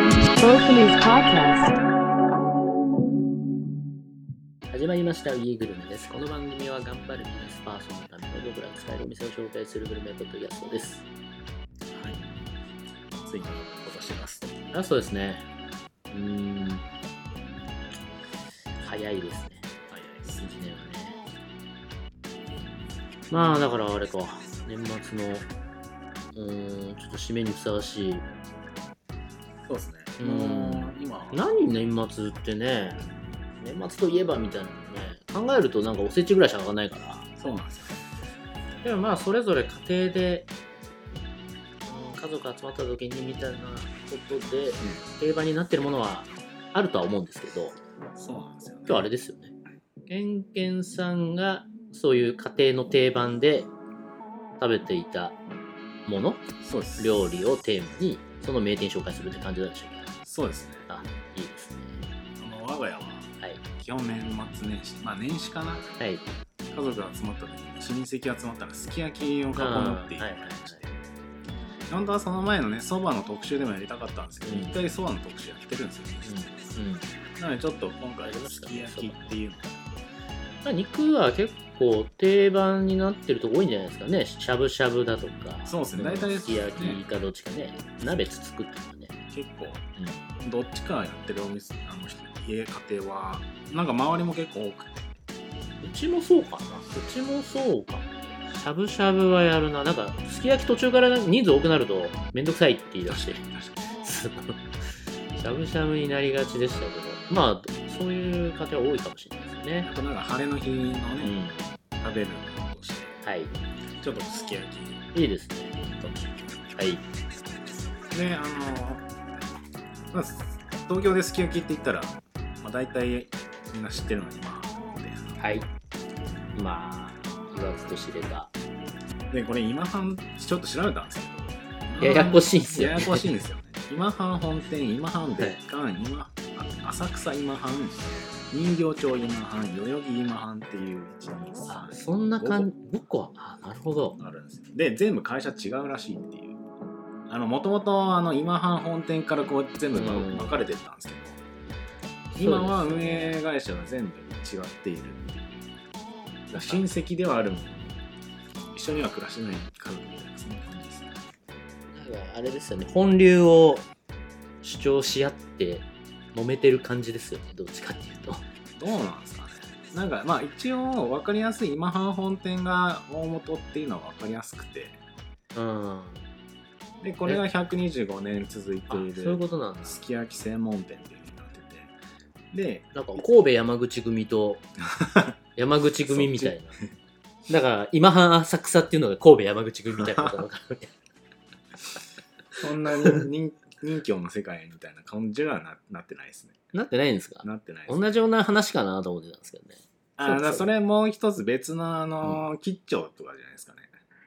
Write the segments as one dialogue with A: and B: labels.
A: Sorcery's Podcast.
B: 始まりました「ウィーグルメ」です。この番組は頑張るビジネスパーソンのための僕らが使えるお店を紹介するグルメポッドキャストです。
C: はい。ついに落としてます。
B: あ、そうですね。うーん。早いです
C: 早
B: ね。
C: いです
B: 一年はね。まあ、だからあれか。年末の、うーん、ちょっと締めにふさわしい。
C: そうですね。
B: うん
C: もう今、
B: 何年末ってね、年末といえばみたいなのね、考えるとなんかおせちぐらいしか上がんないから。
C: そうなんですよ。
B: でもまあそれぞれ家庭で、うん、家族集まった時にみたいなことで定番になってるものはあるとは思うんですけど
C: そうなんですよ、ね。
B: 今日あれですよねケンケンさんがそういう家庭の定番で食べていたもの
C: そうです。
B: 料理をテーマにその名店紹介するって感じなんでしたっけ
C: そうですね。
B: あいいですね
C: あの我が家は、
B: はい
C: 基本年末年始、まあ年始かな。
B: はい
C: 家族が集まった時に、親戚集まったらすき焼きを囲むっていう
B: あーはいはいはい
C: 感じで。本当はその前のね、そばの特集でもやりたかったんですけど、
B: うん
C: 一回そばの特集やってるんですよ、
B: うん、うん
C: なのでちょっと今回、すき焼きっていうの
B: まあ、肉は結構定番になってるとこ多いんじゃないですかねしゃぶしゃぶだとか
C: そうですね
B: ん
C: 大体
B: すき焼きかどっちかね鍋つつくっていうのね、
C: 結構どっちかやってるお店あの人家家庭はなんか周りも結構多くて
B: うちもそうかなうちもそうかもしゃぶしゃぶはやるななんかすき焼き途中から人数多くなるとめんどくさいって言い出して
C: 確か
B: しゃぶしゃぶになりがちでしたけどまあそういう家庭は多いかもしれないです
C: に
B: ね
C: あとなんか晴れの日の
B: う
C: ね、
B: ん
C: 食べるのとして
B: はい
C: ちょっとすき焼き
B: いいですね
C: と
B: はい
C: であのまあ東京ですき焼きって言ったら、まあ、大体みんな知ってるのにまあで
B: はいまあ言わずと知れた
C: でこれ今半ちょっと調べたんですけ
B: や
C: ど
B: やこしいんですよ、
C: ややこしいんですよね今半本店今半別館今あ浅草今半人形町今半代々木今半っていう
B: あ
C: 123
B: そんな感じ僕個はあなるほど
C: あるんですよで全部会社違うらしいっていうあのもともとあの今半本店からこう全部ば
B: うん
C: 分かれてったんですけど、今は運営会社が全部違っているっていうだから親戚ではあるものの一緒には暮らしてない家族みたいなそんな感じですね
B: なんかあれですよね本流を主張し合って揉めてる感じですよねどっちかっていうと
C: どうなんですかねなんかまあ一応分かりやすい今半本店が大元っていうのは分かりやすくて
B: うんあ
C: でこれが125年続いて
B: そう
C: い
B: いう
C: る
B: ことなんです
C: すき焼き専門店っていうのになっててで
B: なんか神戸山口組 と山口組みたいなだから今半浅草っていうのが神戸山口組みたいなことなのかな
C: そんなに人人気の世界みたいな感じはななってないですね
B: なってないんですか
C: なってないです
B: 同じような話かなと思ってたんですけどね
C: あだからそれもう一つ別のあのー吉兆とかじゃないですかね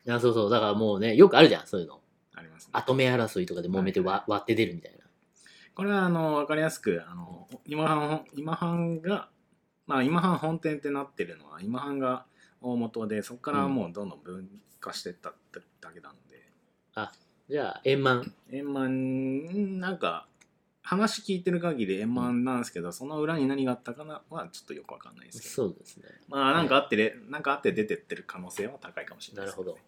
B: いやそうそうだからもうねよくあるじゃんそういうの
C: ありますね
B: 後目争いとかで揉めてわ割って出るみたいな
C: これはあの分かりやすくあの今半今半が、まあ、今半本店ってなってるのは今半が大元でそこからもうどんどん分化してったってだけなので、
B: じゃあ円満
C: 円満なんか話聞いてる限り円満なんですけど、その裏に何があったかなはちょっとよくわかんないですけど
B: そうですね
C: まあなんかあってれ、なんかあって出てってる可能性は高いかもしれないですけね
B: なる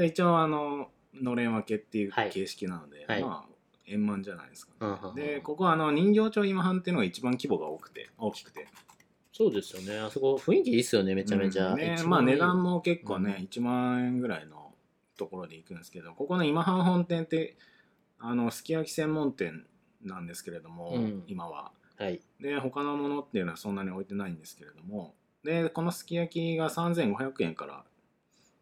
C: で一応あののれん分けっていう
B: はい
C: 形式なので、
B: はい
C: まあ円満じゃないですかね、
B: うんうんうん
C: でここはあの人形町今半っていうのが一番規模が多くて大きくて
B: そうですよねあそこ雰囲気いいっすよねめちゃめちゃ、
C: うんね
B: 一番いい
C: まあ値段も結構ね、
B: う
C: 1万円ぐらいのところで行くんですけどここの今半本店ってあのすき焼き専門店なんですけれども、
B: うん
C: 今は
B: はい
C: で他のものっていうのはそんなに置いてないんですけれどもでこのすき焼きが3500円から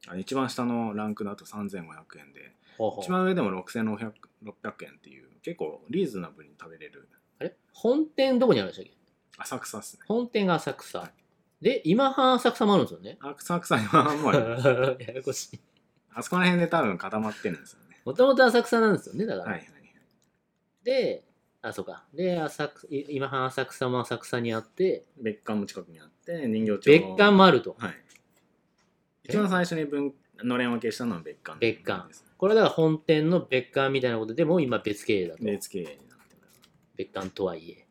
C: あ一番下のランクだと3500円で
B: ほうほう
C: 一番上でも6600 600円っていう結構リーズナブルに食べれる
B: あれ本店どこにあるんでしたっけ
C: 浅草ですね
B: 本店が浅草、
C: はい
B: で今半浅草もあるんですよね
C: 浅草に は もう
B: ややこしい
C: あそこら辺で多分固まってるんですよね
B: もともと浅草なんですよねだから、
C: はいはい
B: であそうかで浅草い今半浅草も浅草にあって
C: 別館も近くにあって人形町
B: 別館もあると
C: はい一番最初に分のれん分けしたのは別館
B: 別館
C: です
B: これだから本店の別館みたいなことでもう今別経営だと
C: 別経営になってます
B: 別館とはいえ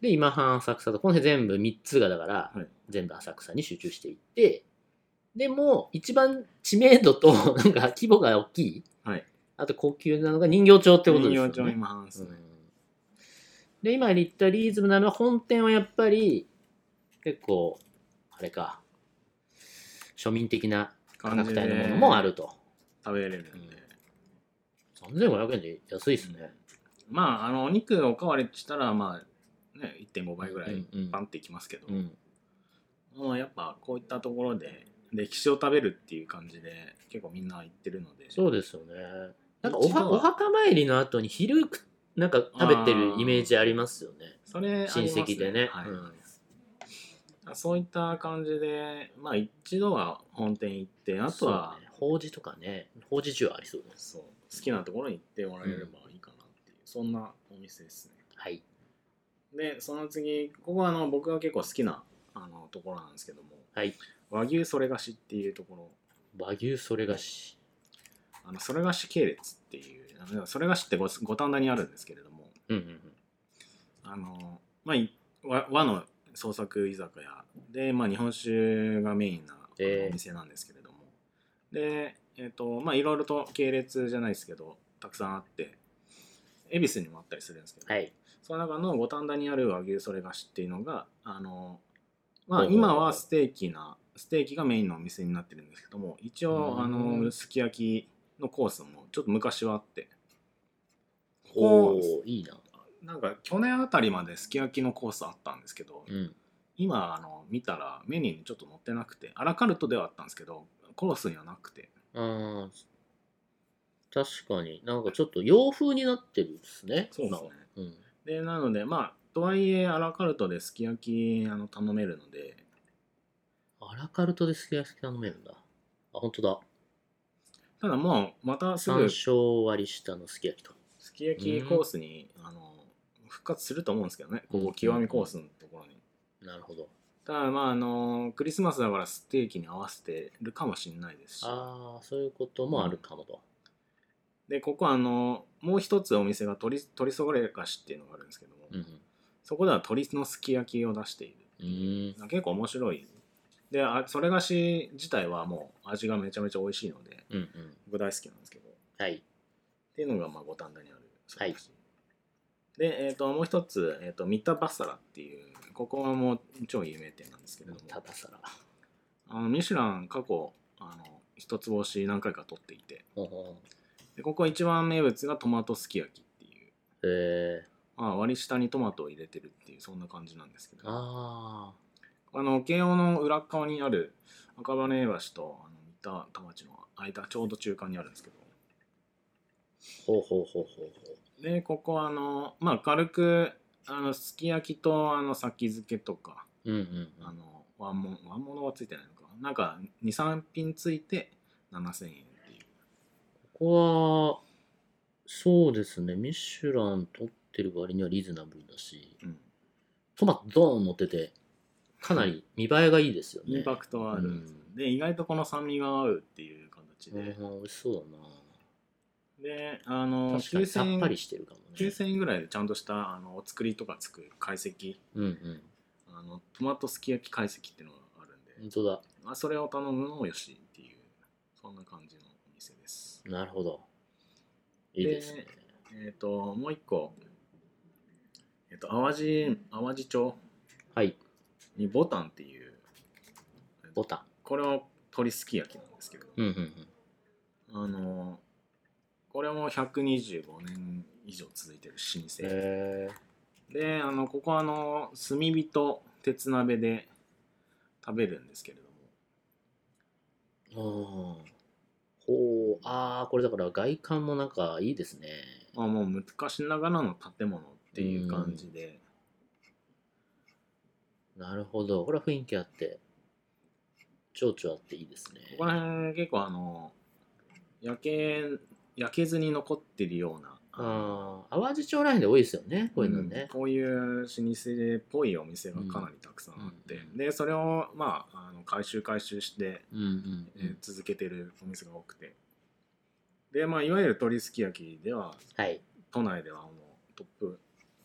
B: で今半浅草とこの辺全部3つがだから、
C: はい
B: 全部浅草に集中していってでも一番知名度と なんか規模が大きい、
C: はい
B: あと高級なのが人形町ってことですよね
C: 人形町今半ですね
B: うんで今言ったリーズムなのは本店はやっぱり結構あれか庶民的な価格帯のものもあると
C: 食べれるんで、
B: 3500円で安いですね、
C: まああのお肉おかわりしたらまあね1.5倍ぐらい
B: うんうん
C: パンっていきますけど、
B: うん
C: もうやっぱこういったところで歴史を食べるっていう感じで結構みんな行ってるので
B: そうですよねなんかお
C: 一度
B: は
C: は
B: お墓参りの後に昼食っなんか食べてるイメージありますよね
C: それあります
B: 親戚でね
C: はい
B: うん
C: そういった感じでまあ一度は本店行ってあとは
B: そうね法事とかね法事中ありそうです
C: そう、好きなところに行ってもらえればいいかなっていう、そんなお店ですね
B: はい
C: でその次ここはあの僕が結構好きなあのところなんですけども
B: はい
C: 和牛それがしっていうところ
B: 和牛それがし
C: あのそれがし系列っていうあのそれがしってご五反田にあるんですけれども
B: うんうんうん
C: あの、まあい、和和の創作居酒屋で、まあ、日本酒がメインな
B: えー
C: お店なんですけれども、でえっ、とまあいろいろと系列じゃないですけどたくさんあって恵比寿にもあったりするんですけど、
B: はい
C: その中の五反田にある和牛それがしっていうのがあのまあ
B: ほうほう
C: 今はステーキなステーキがメインのお店になってるんですけども一応あ
B: う
C: の
B: ん
C: すき焼きのコースもちょっと昔はあって
B: お
C: こ
B: お
C: う
B: ーいいな
C: なんか去年あたりまですき焼きのコースあったんですけど、
B: うん
C: 今あの見たらメニューにちょっと載ってなくてアラカルトではあったんですけどコースにはなくて
B: あー確かになんかちょっと洋風になってるんですね
C: なんですね
B: 今うん
C: でなのでまあとはいえアラカルトですき焼きあの頼めるので
B: アラカルトですき焼き頼めるんだあ本当だ
C: ただもうまたす
B: 山
C: ぐす
B: 椒割り下のすき焼きと
C: き焼きコースに、あの復活すると思うんですけどねここ極みコースのところに、
B: なるほど
C: ただまああのクリスマスだからステーキに合わせてるかもしれないですし
B: ああそういうこともあるかもと、
C: でここあのもう一つお店が鶏鶏それ菓子っていうのがあるんですけども、
B: うん
C: そこでは鶏のすき焼きを出している
B: うん、うーん
C: 結構面白いであそれがし自体はもう味がめちゃめちゃ美味しいので
B: うんうん
C: 僕大好きなんですけどっ
B: はい
C: ていうのがまあ五反田にあるそ
B: は
C: れ
B: い
C: がしで、えー、ともう一つ、えー、とミタバサラっていうここはもう超有名店なんですけれども
B: たださら
C: あのミシュラン過去あの一つ星何回か取っていて
B: ほうほう
C: でここ一番名物がトマトすき焼きっていう、
B: え
C: まあ、割り下にトマトを入れてるっていうそんな感じなんですけど
B: ー、ああ
C: あの慶応の裏側にある赤羽橋とあの三田田町の間ちょうど中間にあるんですけど
B: ほうほうほうほうほ
C: でここはあのまあ軽くあのすき焼きとあの先漬けとか
B: ううんうん
C: あのワンモンワンモノはついてないのかななんか23品ついて7000円っていう
B: ここはそうですねミシュラン取ってる割にはリーズナブルだし
C: うん、
B: トマトドーン乗っててかなり見栄えがいいですよね
C: インパクトはあるんですよ、
B: う
C: で意外とこの酸味が合うっていう形
B: うん
C: で、
B: うん美味しそうだ
C: であの
B: な確かにさっぱり
C: 9000
B: してるかもね
C: 9000円ぐらいでちゃんとしたあのお作りとかつく解析
B: うんうん
C: あのトマトすき焼き解析っていうのがあるんで、
B: 本当だ
C: まあ、それを頼むのもよしっていうそんな感じのお店です
B: なるほどいいですね
C: えっ、ともう一個えっ、と淡路淡路町
B: はい
C: にボタンっていう
B: ボタン
C: これは鶏すき焼きなんですけど、
B: うんうんうん
C: あのこれも125年以上続いてる老舗、
B: へえ
C: であのここはあの炭火と鉄鍋で食べるんですけれども
B: あーほうああこれだから外観もなんかいいですね
C: まあ、もう昔ながらの建物っていう感じで、
B: なるほどこれは雰囲気あって情緒あっていいですね
C: ここら辺結構あの焼け焼けずに残ってるような
B: ああ淡路町らへんで多いですよねこういうの
C: うん
B: ね、
C: こういう老舗っぽいお店がかなりたくさんあって、
B: うん
C: でそれをまああの回収回収して、
B: うん、うん
C: えー続けてるお店が多くてでまあいわゆる鶏すき焼きでは
B: はい
C: 都内ではもうトップ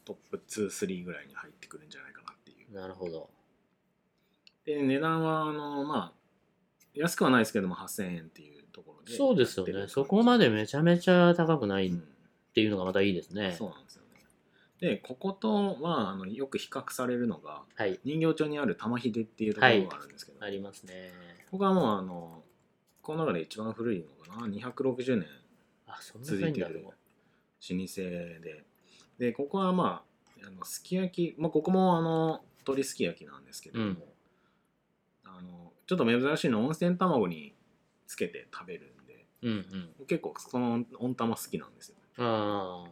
C: トップ23ぐらいに入ってくるんじゃないかなっていう
B: なるほど。
C: で値段はあのまあ安くはないですけども8000円っていうところで
B: そうですよね。そこま
C: で、
B: でめちゃめちゃ高くな
C: う
B: いっ
C: ん
B: ていうのがまたいいですね。
C: そうなんですよねでこことはあのよく比較されるのが
B: はい。
C: 人形町にある玉秀っていうところがあるんですけど、
B: ありますね。
C: ここはもうあのこの中で一番古いのかな260年
B: あ、そんな
C: 続
B: 高い
C: い
B: ん
C: て
B: だ
C: る
B: ろ
C: 老舗ででここはまああのすき焼き、まあ、ここもあの鶏すき焼きなんですけども、
B: うん
C: あのちょっと珍しいの温泉卵につけて食べるんで
B: う。うんうん。
C: 結構その温玉好きなんですよ
B: あ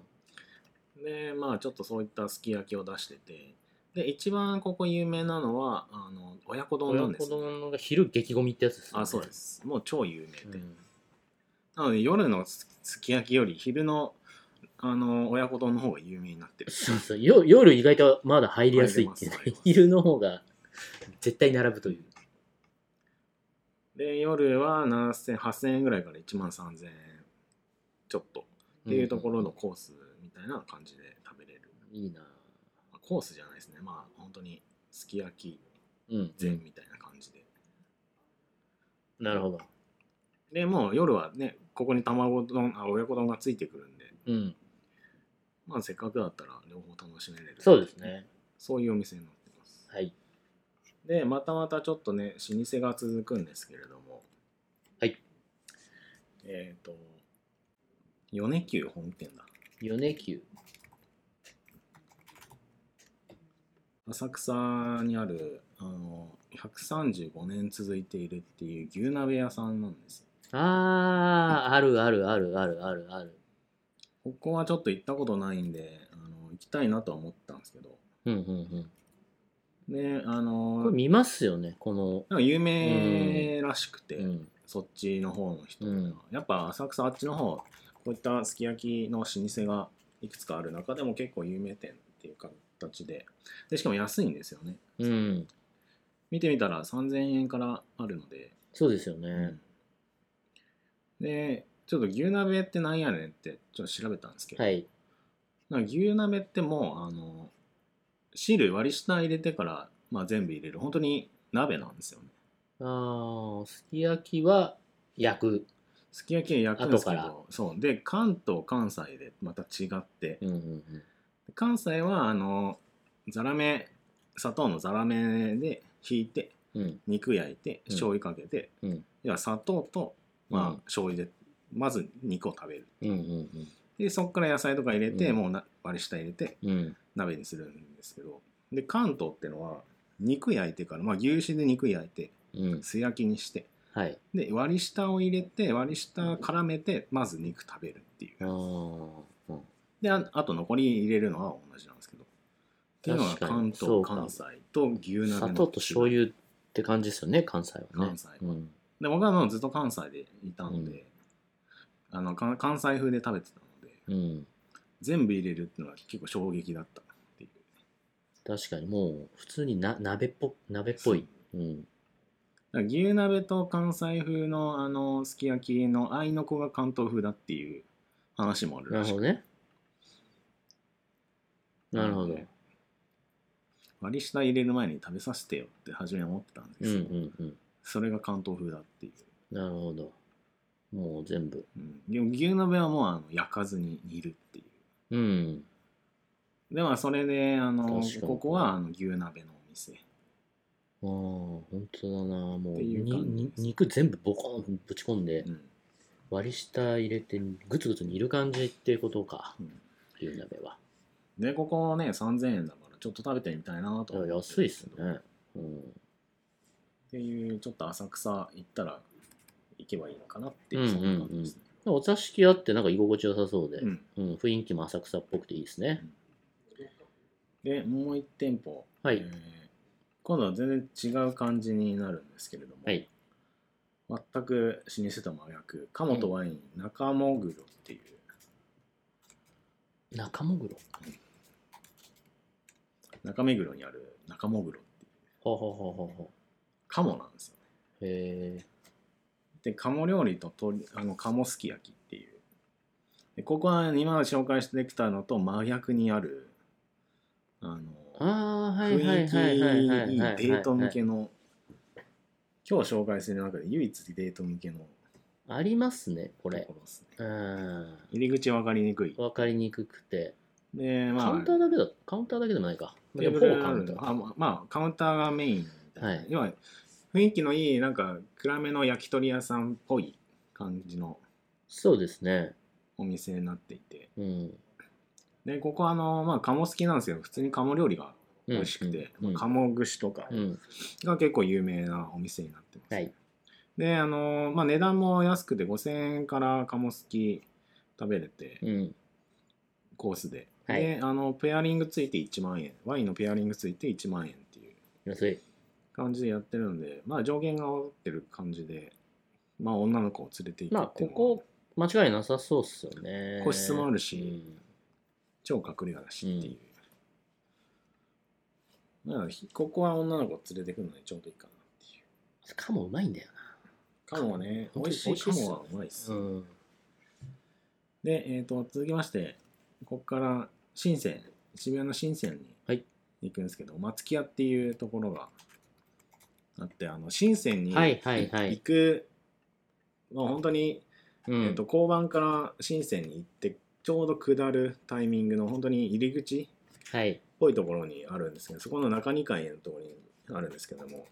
B: あ。
C: でまあちょっとそういったすき焼きを出しててで一番ここ有名なのはあの親子丼なん
B: 親
C: で
B: 子
C: すよ
B: 丼が昼激ゴミってやつですよね。。
C: あそうですすもう超有名で、なので夜のすすき焼きより昼のあの親子丼の方が有名になってる
B: そうそうよ夜意外とまだ入りやすいっていうね
C: 入れます入れます
B: 昼の方が絶対並ぶという
C: で夜は7000 8000円ぐらいから1万3000円ちょっとっていうところのコースみたいな感じで食べれる、
B: うんいいな
C: まあコースじゃないですねまあ本当にすき焼き
B: うん
C: 膳みたいな感じで、
B: なるほど
C: でもう夜はねここに卵丼あ親子丼がついてくるんで
B: うん
C: まあせっかくだったら両方楽しめれる
B: そうですね
C: そういうお店になってます
B: はい
C: でまたまたちょっとね老舗が続くんですけれども
B: はい
C: えっ、と米久本店だ
B: 米久
C: 浅草にあるあの135年続いているっていう牛鍋屋さんなんです
B: あーあるあるあるあるあるある
C: ここはちょっと行ったことないんであの行きたいなとは思ったんですけど
B: うんうん
C: であ
B: うんこ
C: の
B: れ見ますよねこの
C: なんか有名らしくて、
B: うん
C: そっちの方の人、
B: うん
C: やっぱ浅草あっちの方こういったすき焼きの老舗がいくつかある中でも結構有名店っていう形ででしかも安いんですよね
B: うん
C: 見てみたら3000円からあるので、
B: そうですよね
C: でちょっと牛鍋ってなんやねんってちょっと調べたんですけど、
B: はい
C: なんか牛鍋ってもうあの汁割り下入れてから、まあ、全部入れる本当に鍋なんですよね
B: あーすき焼きは焼く
C: すき焼きは焼くんですけ
B: 後から
C: どそうで関東関西でまた違って
B: うんうん
C: 関西はあのざらめ砂糖のざらめでひいて
B: うんうん
C: 肉焼いて
B: うん
C: 醤油かけて、
B: うん
C: 要は砂糖と、
B: う
C: まあ
B: ん、
C: 醤油でまず肉を食べる
B: うんうん
C: でそこから野菜とか入れて、
B: うん
C: もうな割り下入れて
B: うんうん
C: 鍋にするんですけどで関東ってのは肉焼いてから、まあ、牛脂で肉焼いて
B: うん
C: 素焼きにして
B: はい
C: で割り下を入れて割り下絡めてまず肉食べるっていう
B: あーうん
C: でああと残り入れるのは同じなんですけどっていうのが
B: 確か
C: 関
B: にそ
C: 東
B: うか
C: 関西と牛鍋の
B: 砂糖と醤油って感じですよね関西はね
C: 関西は
B: うん
C: で僕はもうずっと関西でいたので、あのか関西風で食べてたので
B: うん、
C: 全部入れるっていうのは結構衝撃だったっていう
B: 確かにもう普通にな鍋っぽ鍋っぽい、うん、
C: だから牛鍋と関西風のあのすき焼きの合いの子が関東風だっていう話もある
B: な
C: ら
B: る
C: し
B: ほ
C: く
B: どねなるほど、
C: ね割り下入れる前に食べさせてよって初めは思ってたんですけ
B: うんう
C: ど、
B: んうん
C: それが関東風だっていう、
B: なるほどもう全部
C: うん、でも牛鍋はもうあの焼かずに煮るってい
B: うん
C: うではそれであの
B: 確かに
C: ここはあの牛鍋のお店
B: ああ本当だなも
C: っ
B: う
C: ていう
B: に
C: 感じ
B: に肉全部ボコンぶち込んで
C: うん
B: 割り下入れてグツグツ煮る感じっていうことか、
C: うん
B: 牛鍋は
C: でここね3000円だからちょっと食べてみたいなと思って
B: 安いっすね、うん、
C: っていうちょっと浅草行ったら行けばいいのかなって
B: う
C: い
B: ん
C: う
B: うん
C: そんな感じですね、
B: お座敷あってなんか居心地よさそうで、
C: うん
B: うん、雰囲気も浅草っぽくていいですね。
C: でもう一店舗、
B: はい
C: えー今度は全然違う感じになるんですけれども、
B: はい
C: 全く老舗と真逆鴨とワイン中もぐろっていう
B: 中目黒。
C: 中目黒にある中もぐろっていう
B: ほうほうほうほうほ
C: 鴨なんですよね
B: う。へえ。
C: で鴨料理と鶏あの鴨すき焼きっていうでここは今紹介してきたのと真逆にあるあの
B: ああー、はい
C: 雰
B: はい
C: 囲気
B: はいはいはいはい。
C: いいデート向けの今日紹介する中で唯一デート向けの
B: ありますね、
C: と
B: こ
C: ころ
B: れ。
C: ですね
B: うん。
C: 入り口分かりにくい
B: わかりにくくて。
C: でまあ
B: カウンターだけだ、カウンターだけでもないか。
C: テーブ
B: で
C: ル
B: もほぼ
C: が
B: カ
C: あ
B: ウ
C: る
B: ンタ
C: あ
B: ー。
C: まあまあカウンターがメインみたいな、
B: はい
C: 要は雰囲気のいいなんか暗めの焼き鳥屋さんっぽい感じの
B: そうですね。
C: お店になっていて
B: うん。
C: でここあのまあ鴨好きなんですよ普通に鴨料理が美
B: うん
C: 味しくて、
B: うん
C: まあ鴨串とか
B: うん。
C: が結構有名なお店になってます、
B: はい。
C: であのまあ値段も安くて5000円から鴨好き食べれて、
B: うん。
C: コースで、
B: はい
C: であのペアリングついて1万円ワインのペアリングついて1万円っていう
B: 安い。
C: 感じでやってるので、まあ、上限が合ってる感じで、まあ、女の子を連れて行
B: ま
C: く
B: あ、
C: ってい
B: こ
C: うのは
B: こ、間違いなさそうっすよね。
C: 個室もある
B: う
C: し、
B: ん。
C: 超隠れ家だしっていう、まあひここは女の子を連れてくのにちょうどいいかなっていう
B: カモうまいんだよな。
C: カモはね
B: 本
C: 美
B: 当に
C: 味しい
B: 美味しい
C: カ
B: っす
C: モはうまいっす、
B: うん。
C: で、えー、と続きましてここから深セン渋谷の深セン
B: はい
C: に行くんですけど、松木屋っていうところがあってあの深センに
B: はいはいはい
C: 行く、まあ本当に
B: うん。
C: えっと交番から深センに行ってちょうど下るタイミングの本当に入り口っ
B: はい。
C: ぽいところにあるんですけどそこの中2階のところにあるんですけども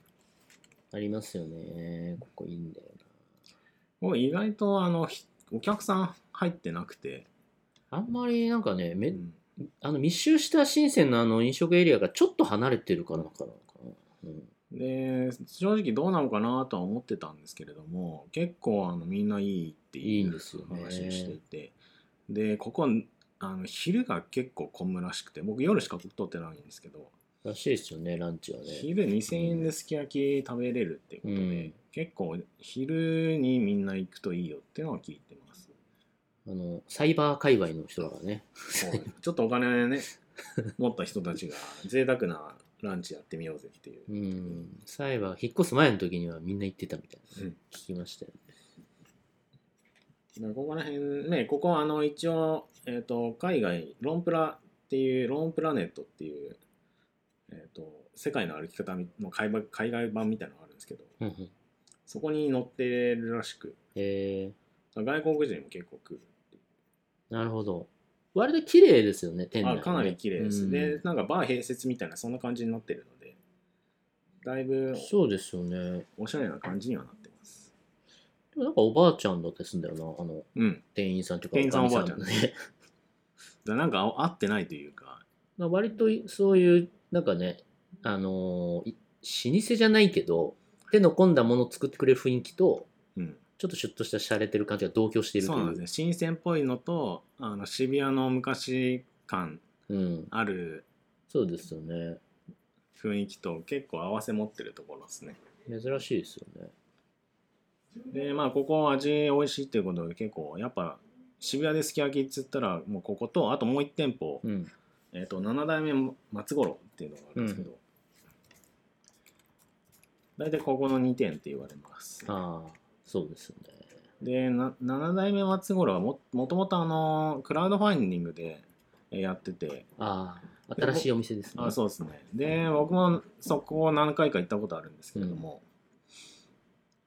B: ありますよね。ここいいんだよ
C: もう意外とあのひお客さん入ってなくて、
B: な。あんまりなんかね、め
C: うん
B: あの密集した深センのあの飲食エリアがちょっと離れてるからかな。うん、
C: で正直どうなのかなとは思ってたんですけれども結構あのみんないいって
B: いい
C: い
B: ん
C: う
B: ですよね
C: 話をしていてでここあの昼が結構混むらしくて僕夜しか撮ってないんですけど
B: らしいですよね、ランチはね。
C: 昼2000円ですき焼き食べれるってことで、
B: うん
C: 結構昼にみんな行くといいよっていうのは聞いて ます
B: あの、サイバー界隈の人だからね。
C: ちょっとお金ね持った人たちが贅沢なランチやってみようぜっていう
B: うん。サイバー、引っ越す前の時にはみんな行ってたみたいな、
C: うん
B: 聞きましたよね。
C: まあここら辺ねここはあの一応、えー、と海外ロンプラっていうローンプラネットっていう、えー、と世界の歩き方の海外海外版みたいなのがあるんですけど
B: うんうん
C: そこに載ってるらしく
B: え
C: 外国人も結構来る
B: ー、なるほど。割と綺麗ですよね、店内、
C: あ
B: ね。
C: かなり綺麗です、
B: うん
C: でなんかバー併設みたいなそんな感じになってるのでだいぶ
B: そうですよね。
C: おしゃれな感じにはなってます
B: でもなんかおばあちゃんだって住んだよな、あの、
C: うん
B: 店員さんとか
C: 店員さん
B: おか
C: お
B: み
C: ばあちゃん
B: ね。
C: だなんかあ合ってないというか
B: まあ、割といそういうなんかねあのーい老舗じゃないけど手の込んだものを作ってくれる雰囲気と
C: うん
B: ちょっとシュッとした洒落てる感じが同居しているとい
C: そううなんですね新鮮っぽいのとあの渋谷の昔感
B: うん、
C: ある
B: そうですよね
C: 雰囲気と結構合わせ持ってるところですね
B: 珍しいですよね
C: でまあここ味美味しいっていうことで結構やっぱ渋谷ですき焼きっつったらもうこことあともう1店舗、
B: うん
C: えー、と7代目松五郎っていうのがあるんですけど、大体ここの2店って言われます
B: ああそうですよね
C: でな7代目松五郎はももともとあのクラウドファンディングでえーやってて
B: ああ新しいお店ですね
C: あそうですねで僕もそこを何回か行ったことあるんですけれども、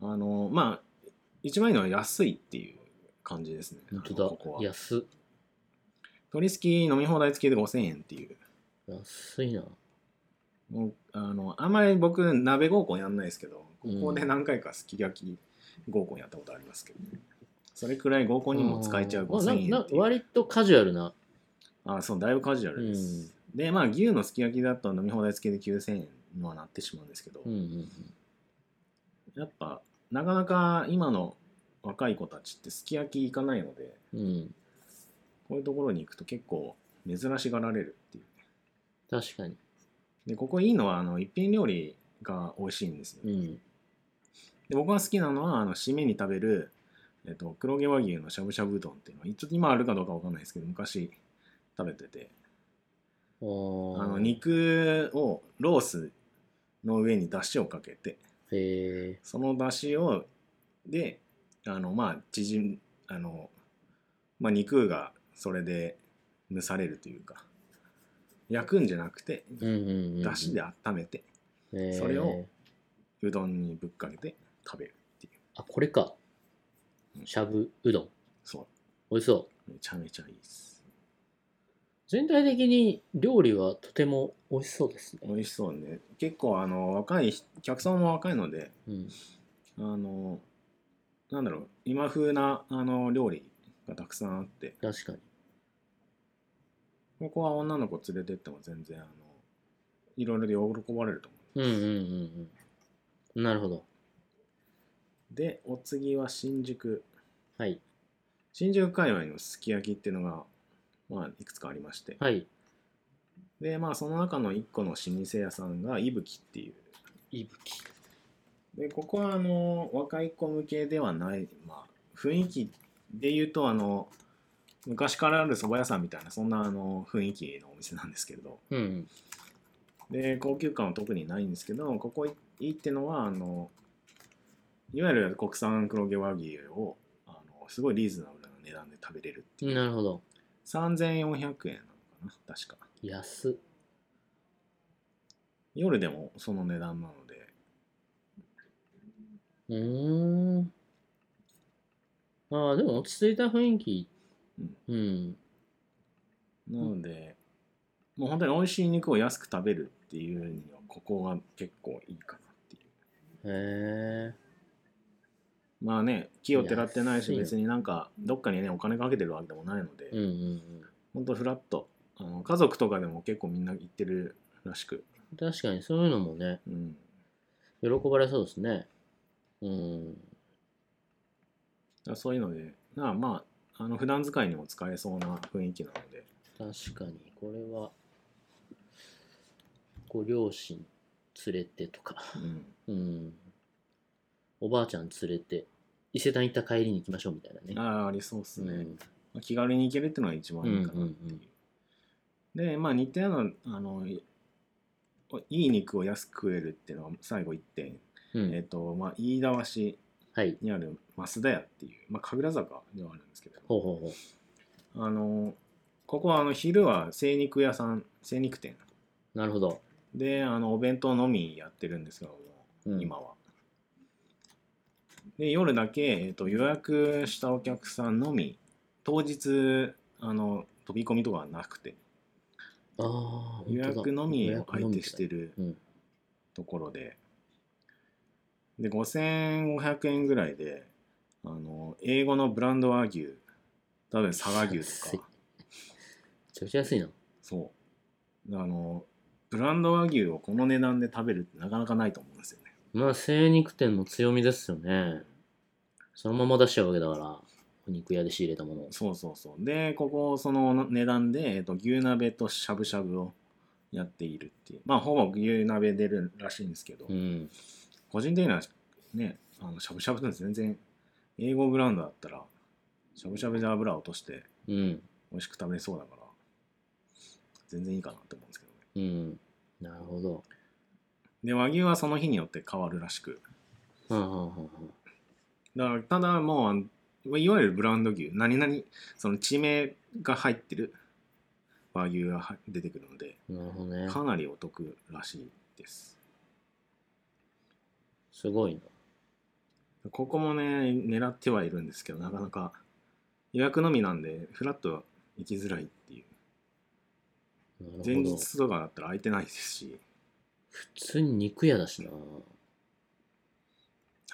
C: あのまあ一番いいのは安いっていう感じですね
B: 本
C: あの
B: 当
C: ここ
B: だ
C: は
B: 安
C: 鳥すき飲み放題付きで5000円っていう
B: 安いな
C: もうあのあんまり僕鍋合コンやんないですけどここで
B: うん
C: 何回かすき焼き合コンやったことありますけど、ねそれくらい合コンにも使えちゃう
B: あーまあ
C: 5000円
B: な
C: っ
B: な
C: ていう
B: 割とカジュアルな
C: あそうだいぶカジュアルです、でまあ牛のすき焼きだと飲み放題付きで9000円にはなってしまうんですけど、
B: うんうん
C: やっぱなかなか今の若い子たちってすき焼き行かないので
B: うん、うん、
C: こういうところに行くと結構珍しがられるっていう
B: 確かに
C: でここいいのはあの一品料理が美味しいんですよ、
B: うん
C: で僕が好きなのはあの締めに食べる、えっと、黒毛和牛のしゃぶしゃぶうどんっていうのはちょっと今あるかどうかわかんないですけど昔食べててあ
B: あー
C: の肉をロースの上に出汁をかけて
B: へえ
C: その出汁をであのまあ縮んあの、まあ、肉がそれで蒸されるというか焼くんじゃなくて
B: うんうんうん。
C: だしで温めて
B: ねえ
C: それを。うどんにぶっかけて食べるっていう
B: あ、これか。しゃぶうどん。
C: そ
B: 美味しそう。
C: うめちゃめちゃいいです
B: 全体的に料理はとても美味しそうですね。
C: 美味しそうね結構あの若い人客さんも若いので
B: うん。
C: あのなんだろう今風なあの料理がたくさんあって
B: 確かに。
C: ここは女の子連れてっても全然あのいろいろ喜ばれると思
B: うんうんうんうん。なるほど。
C: うでお次は新宿
B: はい。
C: 新宿界隈のすき焼きっていうのが、まあ、いくつかありまして、
B: はい。
C: でまあその中の1個の老舗屋さんがいぶきっていう
B: いぶき。
C: でここはあの若い子向けではない、まあ、雰囲気で言うとあの昔からある蕎麦屋さんみたいなそんなあの雰囲気のお店なんですけれど
B: うん。
C: で高級感は特にないんですけどここいいってのはあのいわゆる国産黒毛和牛をあのすごいリーズナブルな値段で食べれるっていう、
B: なるほど。
C: 3400円なのかな確か
B: 安。
C: 夜でもその値段なので
B: うーん。ああ、でも落ち着いた雰囲気。うん。
C: なので、もう本当に美味しい肉を安く食べるっていうにはここが結構いいかなってい
B: へ
C: う
B: え。
C: まあね木をてらってない
B: 安
C: し
B: いよ
C: 別になんかどっかにねお金かけてるわけでもないので、
B: うんうんうん。
C: ほんとフラットあの家族とかでも結構みんな行ってるらしく、
B: 確かにそういうのもね、
C: うん、
B: 喜ばれそうですね。うん。
C: だからそういうのでなあまああの普段使いにも使えそうな雰囲気なので
B: 確かに、これは、ご両親連れてとか、
C: うん
B: うん。おばあちゃん連れて、伊勢丹行った帰りに行きましょうみたいなね。
C: ああありそうです
B: う
C: ね、
B: ん。
C: まあ気軽に行けるっていうのが一番いいかなっていう。で、まあ、似たようなあのいいい肉を安く食えるっていうのが最後1点、
B: う
C: えっ、
B: ん。
C: と、まあ、飯田橋
B: はい。
C: にある増田屋っていう、まあ、神楽坂ではあるんですけど、
B: ほうほうほう。
C: あのここはあの昼は精肉屋さん、精肉店
B: なるほど。
C: で、あのお弁当のみやってるんですけども、
B: うん
C: 今は。で、夜だけ、えっと予約したお客さんのみ、当日、あの飛び込みとかはなくて、
B: ああ、本当
C: 予
B: だ
C: 約のみを相手して
B: る。
C: る
B: うん。
C: ところで、で、5500円ぐらいで、あの、英語のブランド和牛、例えば佐賀牛
B: 安
C: と
B: い
C: か、
B: めちゃくちゃ安いな。
C: そう。あの、ブランド和牛をこの値段で食べるってなかなかないと思うんですよね。
B: まあ、精肉店の強みですよね。そのまま出しちゃうわけだから、お肉屋で仕入れたものを。
C: そうそうそう。で、ここ、その値段で、えっと、牛鍋としゃぶしゃぶをやっているっていう。まあ、ほぼ牛鍋出るらしいんですけど、
B: うん。
C: 個人的にはねあのしゃぶしゃぶなんて全然英語ブランドだったらしゃぶしゃぶで油を落として
B: うん。
C: 美味しく食べれそうだから全然いいかなって思うんですけどね
B: うん。なるほど。
C: で和牛はその日によって変わるらしく
B: はんはんはんはん
C: だからただもうあのいわゆるブランド牛何々その地名が入ってる和牛がは出てくるので
B: なるほどね。
C: かなりお得らしいです
B: すごいな。
C: ここもね狙ってはいるんですけどなかなか予約のみなんでフラッと行きづらいっていう
B: なるほど
C: 前日とかだったら空いてないですし
B: 普通に肉屋だしな。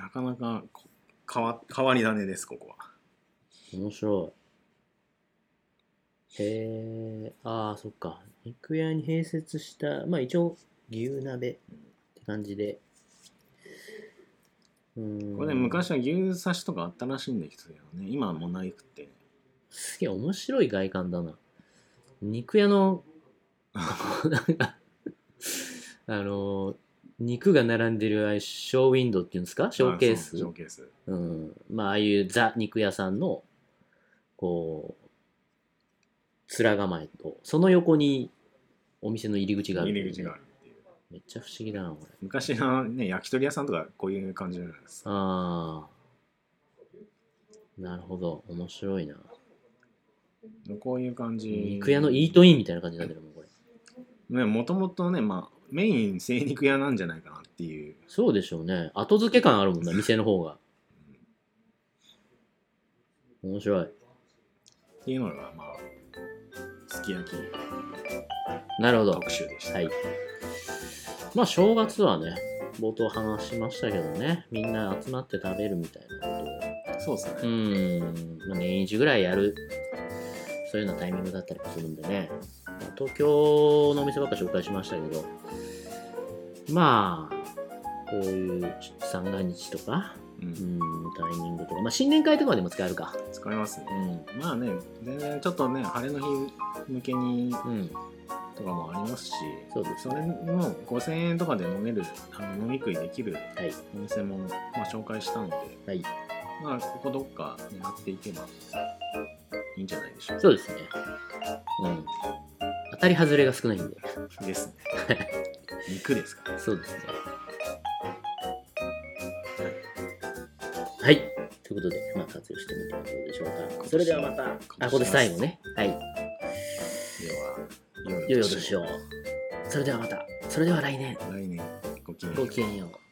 C: なかなかこ変わ変わり種ですここは
B: 面白い。へえ、ああ、そっか。肉屋に併設した、まあ一応、牛鍋って感じで。うん。
C: これね昔は牛刺しとかあったらしいんですけどね今はもうないくて
B: すげえ面白い外観だな。肉屋の、 なんか、あの、肉が並んでるああいうショーウィンドウっていうんですかショーケー
C: あそう
B: ス
C: ショーケース
B: うん。まあ、ああいうザ肉屋さんの、こう、面構えと、その横にお店の入り口がある、
C: 入り口があるっていう
B: めっちゃ不思議だな、これ。
C: 昔のね焼き鳥屋さんとかこういう感じじゃないですか
B: ああ。なるほど。面白いな。
C: こういう感じ
B: 肉屋のイートインみたいな感じになってるもん、これ。
C: ね、もともとね、まあ、メイン精肉屋なんじゃないかなっていう。
B: そうでしょうね。後付け感あるもんな、店の方が。面白い。
C: っていうのが、まあ、すき焼き
B: なるほど。
C: 特集でした。
B: はい。まあ、正月はね、冒頭話しましたけどね、みんな集まって食べるみたいなことを
C: そうですね。
B: うーん、まあ年一ぐらいやる、そういうようなタイミングだったりもするんでね、まあ東京のお店ばっか紹介しましたけど、まあ、こういう三が日とか、
C: う、
B: うんん、タイミングとか、まあ、新年会とかでも使えるか。
C: 使いますね。
B: うん、
C: まあね、全然ちょっとね、晴れの日向けに
B: うん、
C: とかもありますし、
B: そうです
C: それも5000円とかで飲める、あの飲み食いできる
B: はい、
C: お店も、まあ、紹介したので、
B: はい、
C: まあ、ここどっか狙っていけばいいんじゃないでしょう
B: そうですね。うん、当たり外れが少ないんで、
C: か。です ね。肉ですから。
B: そうですね。はい。ということで、まあ、活用してみてはどうでしょうか。それではまた、あ、ここで最後ね。はい。
C: では、良
B: 良いお年を。それではまた。それでは来年。
C: 来年、ごきげんよ
B: ご
C: う
B: きげんよう。